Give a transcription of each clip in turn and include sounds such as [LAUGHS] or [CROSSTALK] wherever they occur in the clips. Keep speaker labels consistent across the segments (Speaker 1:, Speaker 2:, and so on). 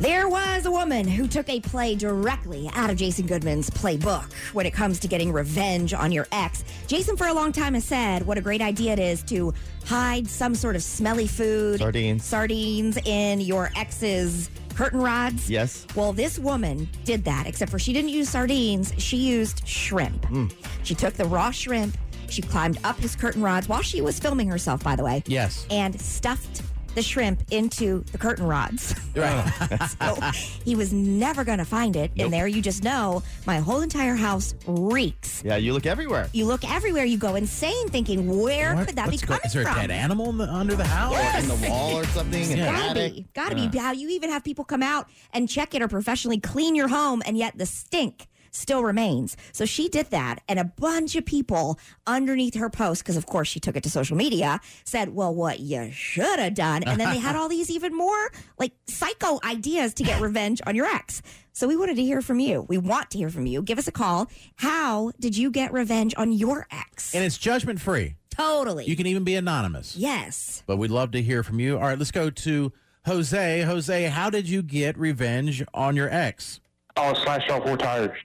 Speaker 1: There was a woman who took a play directly out of Jason Goodman's playbook when it comes to getting revenge on your ex. Jason, for a long time, has said what a great idea it is to hide some sort of smelly food,
Speaker 2: Sardines.
Speaker 1: sardines in your ex's curtain rods.
Speaker 2: Yes.
Speaker 1: Well, this woman did that, except for she didn't use sardines. She used shrimp.
Speaker 2: Hmm.
Speaker 1: She took the raw shrimp. She climbed up his curtain rods while she was filming herself, by the way.
Speaker 3: Yes.
Speaker 1: And stuffed the shrimp into the curtain rods.
Speaker 3: [LAUGHS] Right.
Speaker 1: [LAUGHS] so he was never going to find it.
Speaker 2: Nope.
Speaker 1: And there you just know my whole entire house reeks.
Speaker 2: Yeah, you look everywhere.
Speaker 1: You look everywhere, you go insane thinking, where
Speaker 3: What-
Speaker 1: could that
Speaker 3: what's
Speaker 1: be
Speaker 3: go-
Speaker 1: coming
Speaker 3: Is there a
Speaker 1: from?
Speaker 3: dead animal in the, under the house?
Speaker 1: Yes.
Speaker 2: In the wall or something. in the
Speaker 3: Yeah.
Speaker 1: Gotta
Speaker 2: attic.
Speaker 1: be. Gotta be. How you even have people come out and check it or professionally clean your home, and yet the stink still remains. So she did that, and a bunch of people underneath her post, because of course she took it to social media, said, Well, what you should have done. And then they [LAUGHS] had all these even more like psycho ideas to get revenge on your ex. So we wanted to hear from you. We want to hear from you. Give us a call. How did you get revenge on your ex?
Speaker 3: And it's judgment free.
Speaker 1: Totally.
Speaker 3: You can even be anonymous.
Speaker 1: yes.
Speaker 3: But we'd love to hear from you. All right, let's go to Jose. Jose, how did you get revenge on your ex?
Speaker 4: Oh, slashed off four tires.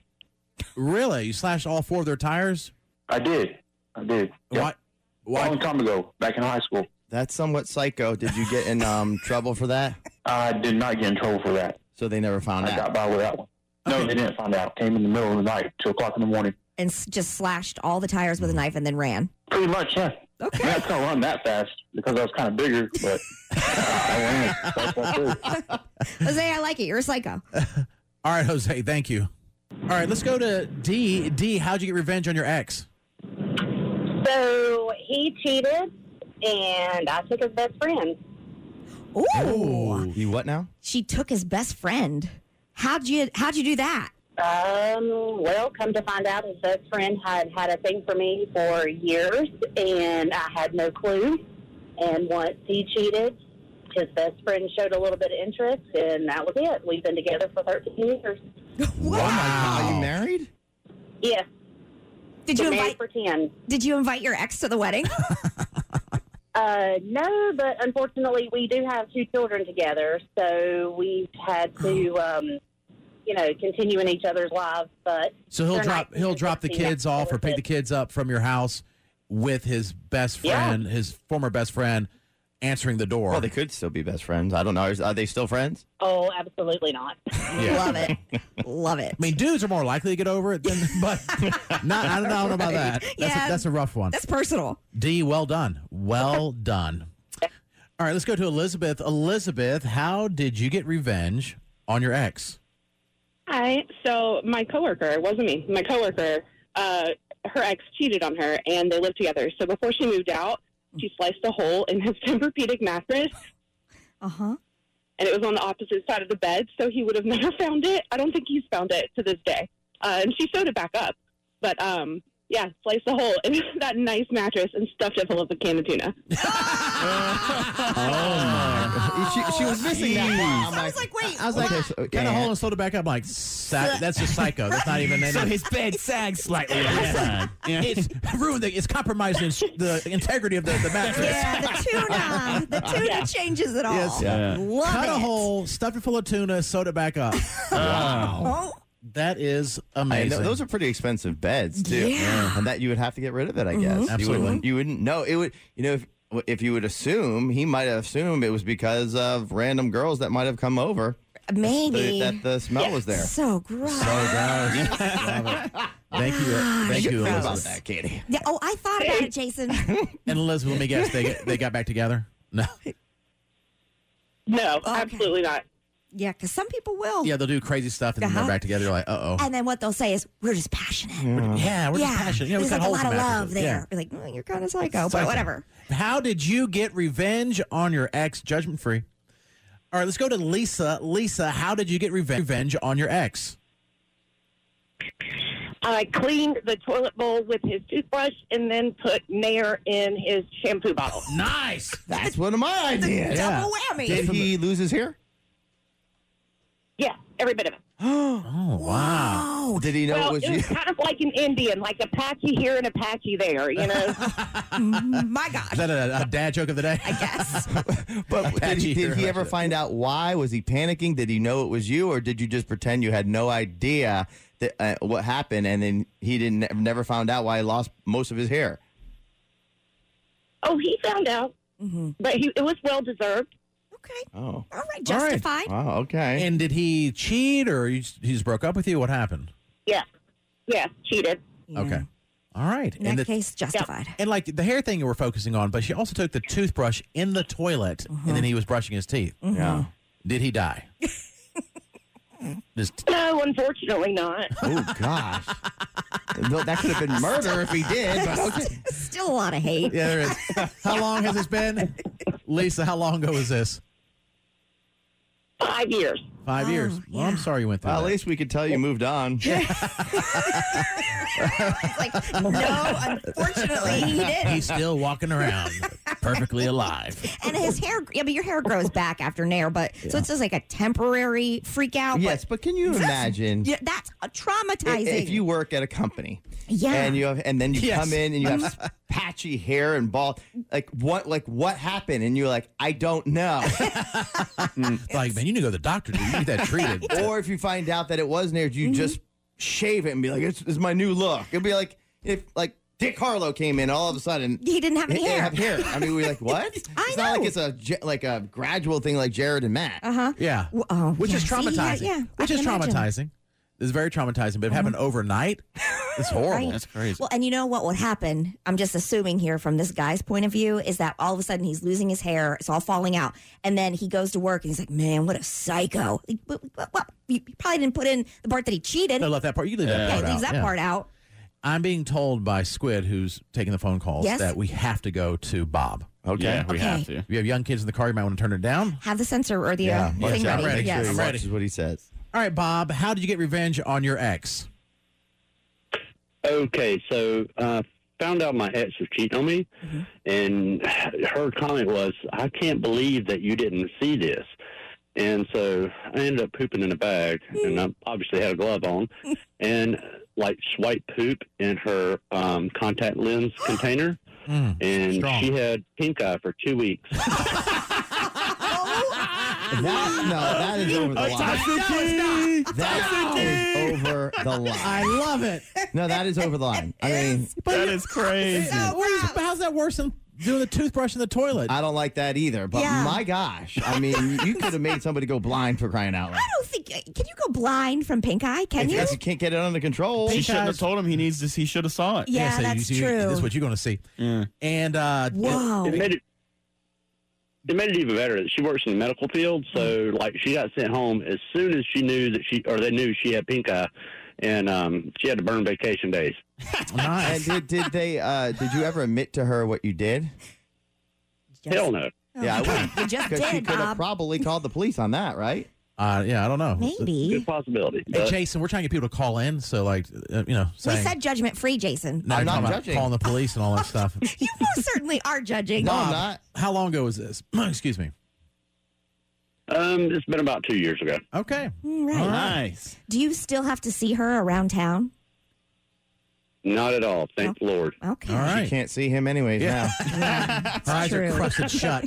Speaker 3: Really? You slashed all four of their tires?
Speaker 4: I did. I did. Yeah.
Speaker 3: Why?
Speaker 4: A
Speaker 3: Why?
Speaker 4: long time ago, back in high school.
Speaker 2: That's somewhat psycho. Did you get in um, [LAUGHS] trouble for that?
Speaker 4: I did not get in trouble for that.
Speaker 2: So they never found
Speaker 4: I
Speaker 2: out.
Speaker 4: got by with that one. No,
Speaker 3: Okay.
Speaker 4: they didn't find out. Came in the middle of the night, two o'clock in the morning.
Speaker 1: And s- just slashed all the tires with a knife and then ran.
Speaker 4: Pretty much, yeah. I, mean,
Speaker 1: Okay.
Speaker 4: I couldn't run that fast because I was kind of bigger, but I
Speaker 3: [LAUGHS]
Speaker 4: ran. That's what I did.
Speaker 1: Jose, I like it. You're a psycho.
Speaker 3: All right, Jose, thank you. All right, let's go to D. D, how'd you get revenge on your ex?
Speaker 5: So he cheated, and I took his best friend.
Speaker 1: Ooh.
Speaker 2: You what now?
Speaker 1: She took his best friend. How'd you how'd you do that? [LAUGHS]
Speaker 5: Um, well, come to find out, his best friend had had a thing for me for years, and I had no clue. And once he cheated, his best friend showed a little bit of interest, and that was it. We've been together for 13 years.
Speaker 2: Are you
Speaker 3: Wow.
Speaker 2: married?
Speaker 5: Yes,
Speaker 1: Did you
Speaker 5: been married
Speaker 1: invite
Speaker 5: for 10.
Speaker 1: did you invite your ex to the wedding?
Speaker 5: Uh, no, but unfortunately, we do have two children together, so we've had to,
Speaker 1: Oh.
Speaker 5: um, you know, continue in each other's lives. But
Speaker 3: So he'll
Speaker 5: They're
Speaker 3: drop
Speaker 5: not-
Speaker 3: he'll drop the kids
Speaker 5: Yeah,
Speaker 3: off or pick
Speaker 5: that's
Speaker 3: the kids up from your house with his best
Speaker 5: Yeah.
Speaker 3: friend, his former best friend, answering the door.
Speaker 2: Well, they could still be best friends. I don't know. Is- Are they still friends?
Speaker 5: oh, absolutely not.
Speaker 3: [LAUGHS] Yeah.
Speaker 1: Love it. Love it.
Speaker 3: I mean, dudes are more likely to get over it than, [LAUGHS] but not. I don't, know- I don't know about that. That's,
Speaker 1: Yeah.
Speaker 3: a, that's a rough one.
Speaker 1: That's personal.
Speaker 3: D, well done, well done. All right, let's go to Elizabeth. Elizabeth, how did you get revenge on your ex? [LAUGHS]
Speaker 6: Hi. So my coworker it wasn't me. My coworker, uh, her ex cheated on her, and they lived together. So before she moved out, she sliced a hole in his [LAUGHS] Tempur-Pedic mattress,
Speaker 1: Uh-huh.
Speaker 6: and it was on the opposite side of the bed, so he would have never [LAUGHS] found it. I don't think he's found it to this day. Uh, and she sewed it back up, but um, yeah, sliced a hole in [LAUGHS] that nice mattress and stuffed it full of a can of tuna.
Speaker 3: Oh,
Speaker 2: she, she was missing that. part. I'm
Speaker 1: Uh, I was like, wait,
Speaker 2: I was like,
Speaker 1: what?
Speaker 2: okay, so-
Speaker 3: Got a
Speaker 2: yeah.
Speaker 3: hole and sewed it back up. like, "Psy- that's just psycho. That's not even.
Speaker 7: So his bed sags slightly at that time. Yeah.
Speaker 3: it's ruined. The, it's compromised ins- the integrity of the, the mattress. [LAUGHS]
Speaker 1: yeah, the tuna. The tuna changes it all.
Speaker 3: Yes.
Speaker 7: Yeah.
Speaker 1: Love
Speaker 3: Cut
Speaker 1: it.
Speaker 3: a hole, stuffed it full of tuna, sewed it back up.
Speaker 1: Oh,
Speaker 7: Wow.
Speaker 3: that is
Speaker 2: I
Speaker 3: amazing.
Speaker 2: know, those are pretty expensive beds too,
Speaker 1: Yeah.
Speaker 2: and that you would have to get rid of it. I guess
Speaker 3: Absolutely.
Speaker 2: You wouldn't, you wouldn't know it would. You know, if if you would assume, he might have assumed it was because of random girls that might have come over
Speaker 1: maybe.
Speaker 2: that, that the smell was there.
Speaker 1: so gross.
Speaker 3: Oh, Thank you.
Speaker 1: Ah,
Speaker 3: Thank
Speaker 2: should
Speaker 3: you,
Speaker 2: think about
Speaker 3: Elizabeth.
Speaker 2: that, Katie.
Speaker 1: Yeah, oh, I thought about it,
Speaker 3: [LAUGHS]
Speaker 1: Jason.
Speaker 3: And Elizabeth, let me guess, they they got back together.
Speaker 1: [LAUGHS]
Speaker 3: No.
Speaker 6: No,
Speaker 1: okay.
Speaker 6: absolutely not.
Speaker 1: Yeah, because some people will.
Speaker 3: Yeah, they'll do crazy stuff and then they're
Speaker 1: Uh-huh.
Speaker 3: back together. You're like, uh oh.
Speaker 1: And then what they'll say is, we're just passionate.
Speaker 3: Yeah, we're
Speaker 1: yeah,
Speaker 3: just passionate. Yeah, we
Speaker 1: there's
Speaker 3: got
Speaker 1: like a
Speaker 3: holes
Speaker 1: lot
Speaker 3: in
Speaker 1: of love
Speaker 3: mattresses.
Speaker 1: there.
Speaker 3: Yeah.
Speaker 1: You're like, "Mm, you're kind of psycho,
Speaker 3: Psycho.
Speaker 1: but whatever.
Speaker 3: How did you get revenge on your ex? Judgment free. All right, let's go to Lisa. Lisa, how did you get reven- revenge on your ex?
Speaker 8: I cleaned the toilet bowl with his toothbrush and then put Nair in his shampoo
Speaker 5: Oh,
Speaker 8: bottle.
Speaker 3: Nice.
Speaker 2: That's one
Speaker 1: [LAUGHS]
Speaker 2: of my ideas.
Speaker 3: [LAUGHS] Yeah.
Speaker 1: Double
Speaker 8: [GASPS]
Speaker 1: whammy.
Speaker 2: Did he lose his hair?
Speaker 8: Yeah, every bit of it.
Speaker 3: Oh, wow.
Speaker 1: Oh,
Speaker 2: Did he know
Speaker 8: well,
Speaker 2: it was
Speaker 8: it
Speaker 2: you?
Speaker 8: was [LAUGHS] kind of like an Indian, like Apache here and Apache there, you
Speaker 2: [LAUGHS]
Speaker 8: know?
Speaker 1: [LAUGHS] my
Speaker 3: Is
Speaker 1: gosh.
Speaker 3: that a, a dad joke of the day?
Speaker 1: I guess.
Speaker 2: [LAUGHS] But did
Speaker 3: Apache
Speaker 2: he, did he
Speaker 3: here.
Speaker 2: ever find out why? Was he panicking? Did he know it was you, or did you just pretend you had no idea that, uh, what happened, and then he didn't never found out why he lost most of his hair?
Speaker 8: oh, he found out,
Speaker 2: Mm-hmm.
Speaker 1: Mhm.
Speaker 8: but he, it was well deserved.
Speaker 1: Okay.
Speaker 2: Oh,
Speaker 1: All right.
Speaker 3: All right.
Speaker 1: Justified.
Speaker 2: wow, okay.
Speaker 3: And did he cheat or you just- he just broke up with you? What happened?
Speaker 8: Yes. Yes, cheated.
Speaker 1: Yeah.
Speaker 3: Okay. All right.
Speaker 1: Mm. In
Speaker 3: and,
Speaker 1: that
Speaker 3: the-
Speaker 1: case, justified.
Speaker 3: and like the hair thing you were focusing on, but she also took the toothbrush in the toilet and
Speaker 1: Mm-hmm.
Speaker 3: then he was brushing his teeth.
Speaker 2: yeah.
Speaker 3: Did
Speaker 1: [LAUGHS]
Speaker 3: he die? Just,
Speaker 8: No, unfortunately
Speaker 2: [LAUGHS]
Speaker 8: not.
Speaker 2: Oh gosh, Well, that could have been murder if he
Speaker 1: [LAUGHS]
Speaker 2: did. But okay.
Speaker 1: Still a lot of
Speaker 3: [LAUGHS]
Speaker 1: hate.
Speaker 3: yeah, there it is. How long has this been? Lisa, how long ago was this?
Speaker 8: Five years.
Speaker 3: Five
Speaker 1: Oh,
Speaker 3: years. Well, I'm
Speaker 1: yeah.
Speaker 3: sorry you went through
Speaker 2: Well, at
Speaker 3: that.
Speaker 2: least we could tell you moved on.
Speaker 1: It's like, no, unfortunately, he didn't.
Speaker 3: He's still walking around perfectly alive.
Speaker 1: And his hair, yeah, but your hair grows back after nair, but so it's just like a temporary freak out.
Speaker 2: Yes, but can you imagine
Speaker 1: But yeah, that's uh,
Speaker 2: i-
Speaker 1: traumatizing.
Speaker 2: if you work at a company?
Speaker 1: yeah.
Speaker 2: and you have, and then you
Speaker 3: Yes.
Speaker 2: come in and you have patchy hair and bald. Like what? Like what happened? And you're like, I
Speaker 1: [LAUGHS]
Speaker 2: don't know.
Speaker 3: Like, man, you need to go to the doctor. dude. You need that treated.
Speaker 2: or if you find out that it was Naird,
Speaker 1: Mm-hmm.
Speaker 2: you just shave it and be like, "This this is my new look." It'd be like if like Dick Harlow came in all of a sudden.
Speaker 1: he didn't have
Speaker 2: and
Speaker 1: any hair.
Speaker 2: Have hair. I mean,
Speaker 1: [LAUGHS]
Speaker 2: we're like, what?
Speaker 1: I
Speaker 2: it's not
Speaker 1: know.
Speaker 2: like it's a ge- like a gradual thing like Jared and Matt.
Speaker 1: Uh huh.
Speaker 3: Yeah.
Speaker 1: W- oh,
Speaker 3: Which
Speaker 1: yeah.
Speaker 3: is
Speaker 1: See, yeah,
Speaker 3: traumatizing.
Speaker 1: yeah. I can
Speaker 3: Which is
Speaker 1: imagine. Mm-hmm.
Speaker 3: traumatizing. It's very traumatizing, but if it happened overnight, it's horrible.
Speaker 1: Right.
Speaker 7: crazy.
Speaker 1: Well, and you know what would happen? I'm just assuming here from this guy's point of view is that all of a sudden he's losing his hair, it's all falling out, and then he goes to work and he's like, "Man, what a psycho!" Like, but- but- but- you probably didn't put in the part that he cheated.
Speaker 3: No, left that part. You leave that
Speaker 1: yeah,
Speaker 3: part out.
Speaker 1: leaves that
Speaker 3: Yeah.
Speaker 1: part out.
Speaker 3: I'm being told by Squid, who's taking the phone calls,
Speaker 1: Yes.
Speaker 3: that we have to go to Bob.
Speaker 7: Okay. Yeah, we have to.
Speaker 3: If you have young kids in the car, you might want to turn it down.
Speaker 1: Have the sensor or the uh,
Speaker 2: watch
Speaker 1: thing ready.
Speaker 2: out.
Speaker 3: I'm ready.
Speaker 2: Make sure
Speaker 1: Yes.
Speaker 2: he
Speaker 3: I'm
Speaker 1: [LAUGHS]
Speaker 3: ready.
Speaker 2: watches what he says.
Speaker 3: All right, Bob, how did you get revenge on your ex?
Speaker 4: Okay, so uh, found out my ex was cheating on me,
Speaker 3: Mm-hmm.
Speaker 4: and her comment was, "I can't believe that you didn't see this." And so I ended up pooping in a bag, and I obviously had a glove on, and like white poop in her um, contact lens container,
Speaker 3: Mm.
Speaker 4: and
Speaker 3: Strong.
Speaker 4: she had pink eye for two weeks.
Speaker 1: Oh,
Speaker 2: That, no, that is over the line. That is over
Speaker 1: [LAUGHS]
Speaker 2: the
Speaker 3: I
Speaker 2: line.
Speaker 3: love it.
Speaker 2: No, that is over the line. I mean,
Speaker 7: That is crazy.
Speaker 1: So
Speaker 3: What is-
Speaker 1: gross.
Speaker 3: how's that worse than doing the toothbrush in the toilet?
Speaker 2: I don't like that either. But
Speaker 1: Yeah.
Speaker 2: my gosh, I mean, you could have made somebody go blind for crying out loud.
Speaker 1: I don't think. uh, Can you go blind from pink eye? Can
Speaker 2: If,
Speaker 1: you?
Speaker 2: if you can't get it under control,
Speaker 7: She
Speaker 3: Pink
Speaker 7: shouldn't
Speaker 3: eyes.
Speaker 7: have told him. He needs to. He should have saw it.
Speaker 1: Yeah,
Speaker 3: so you
Speaker 1: that's
Speaker 3: see-
Speaker 1: true.
Speaker 3: This is what you're going to see.
Speaker 7: Yeah.
Speaker 3: And uh,
Speaker 1: Whoa.
Speaker 4: It made it. It made it even better that she works in the medical field, so like she got sent home as soon as she knew that she or they knew she had pink eye, and um, she had to burn vacation days.
Speaker 2: and
Speaker 3: [LAUGHS] nice.
Speaker 2: did, did they? Uh, did you ever admit to her what you did?
Speaker 1: Just-
Speaker 4: Hell no.
Speaker 1: Oh,
Speaker 2: Yeah, I
Speaker 1: you
Speaker 2: wouldn't.
Speaker 1: You
Speaker 2: [LAUGHS]
Speaker 1: just
Speaker 2: Because she
Speaker 1: did,
Speaker 2: could have
Speaker 1: Bob.
Speaker 2: probably called the police on that, right?
Speaker 3: Uh, yeah, I don't know.
Speaker 1: Maybe.
Speaker 4: Good possibility.
Speaker 3: Hey,
Speaker 4: but-
Speaker 3: Jason, we're trying to get people to call in. So, like, uh, you know,
Speaker 1: We
Speaker 3: saying,
Speaker 1: said judgment free, Jason.
Speaker 3: [LAUGHS] now
Speaker 2: I'm
Speaker 3: you're
Speaker 2: not
Speaker 3: talking about
Speaker 2: judging.
Speaker 3: calling the police and all that stuff.
Speaker 1: You most certainly are judging.
Speaker 2: No, I'm
Speaker 1: Bob.
Speaker 2: not.
Speaker 3: How long ago was this? [CLEARS THROAT] Excuse me.
Speaker 4: um, it's been about two years ago.
Speaker 3: Okay.
Speaker 1: Mm, Right.
Speaker 7: Nice.
Speaker 1: Do you still have to see her around town?
Speaker 4: Not at all. Thank the Lord.
Speaker 1: Okay.
Speaker 3: All right.
Speaker 2: She can't see him anyways.
Speaker 3: Yeah.
Speaker 2: now.
Speaker 3: [LAUGHS] Her eyes are
Speaker 1: true.
Speaker 3: crusted shut.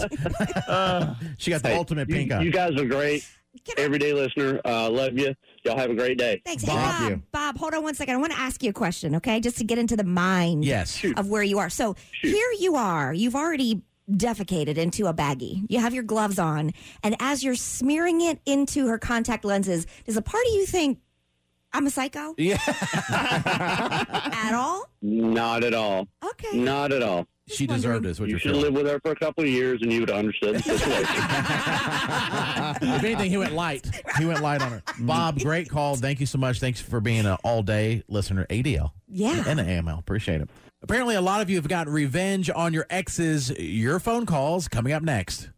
Speaker 3: she got the
Speaker 4: Hey,
Speaker 3: ultimate
Speaker 4: you-
Speaker 3: pink
Speaker 4: You
Speaker 3: eye.
Speaker 4: guys are great.
Speaker 1: Can I-
Speaker 4: Everyday listener. Uh, love you. Y'all have a great day.
Speaker 1: Thanks.
Speaker 2: Bob.
Speaker 1: hey, Bob,
Speaker 2: Thank you.
Speaker 1: Bob, hold on one second. I want to ask you a question, okay? Just to get into the mind
Speaker 3: Yes.
Speaker 1: of where you are. So here you are. You've already defecated into a baggie. You have your gloves on. And as you're smearing it into her contact lenses, does a part of you think, I'm a
Speaker 4: [LAUGHS]
Speaker 1: psycho
Speaker 3: Yeah.
Speaker 1: at all?
Speaker 4: Not at all.
Speaker 1: Okay.
Speaker 4: Not at all.
Speaker 3: [LAUGHS] She deserved it, is what
Speaker 4: you
Speaker 3: you're
Speaker 4: should
Speaker 3: feeling.
Speaker 4: live with her for a couple of years, and you would have understood the situation.
Speaker 3: [LAUGHS] if anything, he went light. He went light on her. Bob, great call. Thank you so much. Thanks for being an all day listener, ADL
Speaker 1: Yeah.
Speaker 3: and an AML. Appreciate it. Apparently, a lot of you have got revenge on your exes. Your phone calls coming up next.